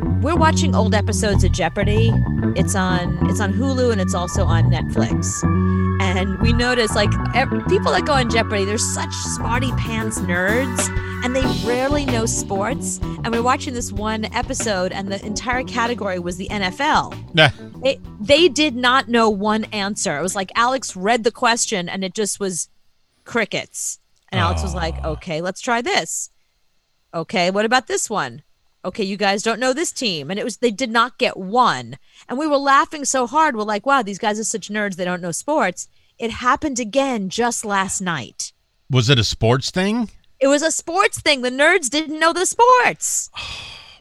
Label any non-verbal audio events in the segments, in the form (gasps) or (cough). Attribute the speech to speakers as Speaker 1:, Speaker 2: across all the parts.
Speaker 1: watching old episodes of Jeopardy, it's on it's on Hulu and it's also on Netflix. And we notice like ev- people that go on Jeopardy, they're such smarty pants nerds and they rarely know sports. And we we're watching this one episode and the entire category was the NFL.
Speaker 2: Nah.
Speaker 1: They, they did not know one answer. It was like Alex read the question and it just was crickets. And Alex was like, okay, let's try this. Okay, what about this one? Okay, you guys don't know this team. And it was, they did not get one. And we were laughing so hard. We're like, wow, these guys are such nerds. They don't know sports. It happened again just last night.
Speaker 2: Was it a sports thing?
Speaker 1: It was a sports thing. The nerds didn't know the sports.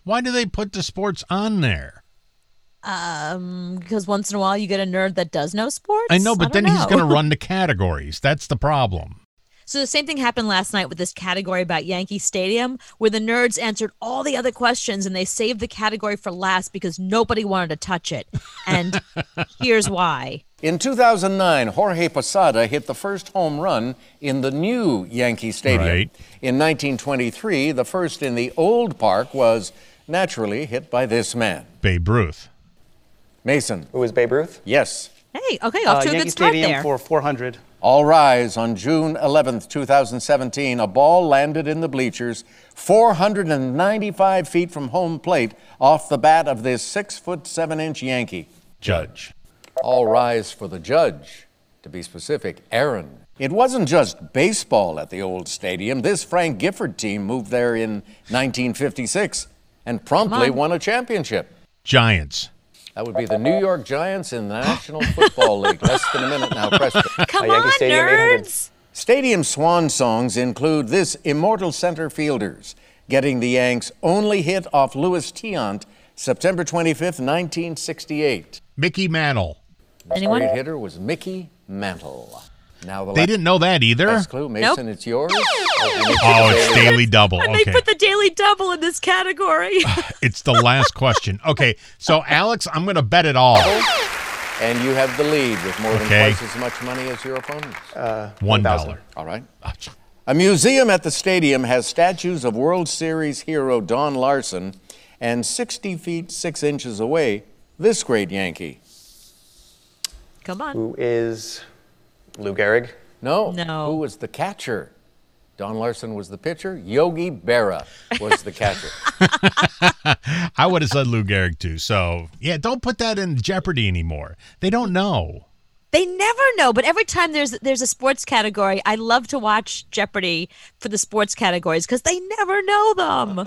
Speaker 2: Why do they put the sports on there?
Speaker 1: Um, because once in a while you get a nerd that does know sports.
Speaker 2: I know, but
Speaker 1: don't
Speaker 2: then he's
Speaker 1: know.
Speaker 2: going to run the categories. That's the problem.
Speaker 1: So the same thing happened last night with this category about Yankee Stadium, where the nerds answered all the other questions and they saved the category for last because nobody wanted to touch it.
Speaker 2: (laughs)
Speaker 1: And here's why.
Speaker 3: In 2009, Jorge Posada hit the first home run in the new Yankee Stadium.
Speaker 2: Right.
Speaker 3: In 1923, the first in the old park was naturally hit by this man,
Speaker 2: Babe Ruth.
Speaker 3: Mason.
Speaker 4: Who was Babe Ruth?
Speaker 3: Yes.
Speaker 1: Hey, okay, off to a
Speaker 4: Uh, Yankee
Speaker 1: good start
Speaker 4: Stadium
Speaker 1: there.
Speaker 4: for 400.
Speaker 3: All rise on June 11th, 2017. A ball landed in the bleachers 495 feet from home plate off the bat of this 6 foot 7 inch Yankee.
Speaker 2: Judge.
Speaker 3: All rise for the judge, to be specific, Aaron. It wasn't just baseball at the old stadium. This Frank Gifford team moved there in 1956 and promptly
Speaker 1: on.
Speaker 3: won a championship.
Speaker 2: Giants.
Speaker 3: That would be the New York Giants in the
Speaker 1: (gasps)
Speaker 3: National Football League. Less than a minute now, Preston.
Speaker 1: Come
Speaker 4: Uh, Yankee
Speaker 1: on,
Speaker 4: Stadium, 800.
Speaker 1: nerds.
Speaker 3: Stadium swan songs include this immortal center fielders getting the Yanks' only hit off Louis Tiant September 25th, 1968.
Speaker 2: Mickey Mantle.
Speaker 1: Anyone?
Speaker 3: Great hitter was Mickey Mantle. Now the
Speaker 2: They
Speaker 3: last-
Speaker 2: didn't know that either.
Speaker 3: Last clue, Mason, it's yours.
Speaker 2: Oh, it's daily double.
Speaker 1: And (laughs) they
Speaker 2: Okay.
Speaker 1: put the Daily Double in this
Speaker 2: (laughs)
Speaker 1: category.
Speaker 2: It's the last question. Okay. So, Alex, I'm going to bet it all.
Speaker 3: And you have the lead with more than
Speaker 2: Okay.
Speaker 3: twice as much money as your opponents. Uh,
Speaker 2: $1. dollar.
Speaker 4: $1,000.
Speaker 3: All right. A museum at the stadium has statues of World Series hero Don Larson and 60 feet 6 inches away, this great Yankee.
Speaker 1: Come on.
Speaker 4: Who is Lou Gehrig?
Speaker 3: No.
Speaker 1: No.
Speaker 3: Who was the catcher? Don Larson was the pitcher. Yogi Berra was the catcher.
Speaker 2: I would have said Lou Gehrig, too. So, yeah, don't put that in jeopardy anymore. They don't know.
Speaker 1: They never know, but every time there's there's a sports category, I love to watch Jeopardy for the sports categories because they never know them.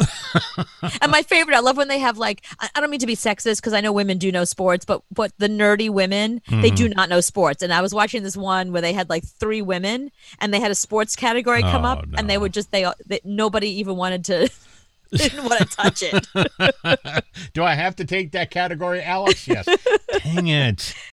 Speaker 2: (laughs)
Speaker 1: and my favorite, I love when they have like I, I don't mean to be sexist because I know women do know sports, but but the nerdy women they do
Speaker 2: Mm-hmm.
Speaker 1: not know sports. And I was watching this one where they had like three women and they had a sports category come
Speaker 2: Oh,
Speaker 1: up, and they
Speaker 2: no.
Speaker 1: would just they, they nobody even wanted to (laughs) didn't want to touch it. (laughs)
Speaker 2: Do I have to take that category, Alex? Yes. Dang it.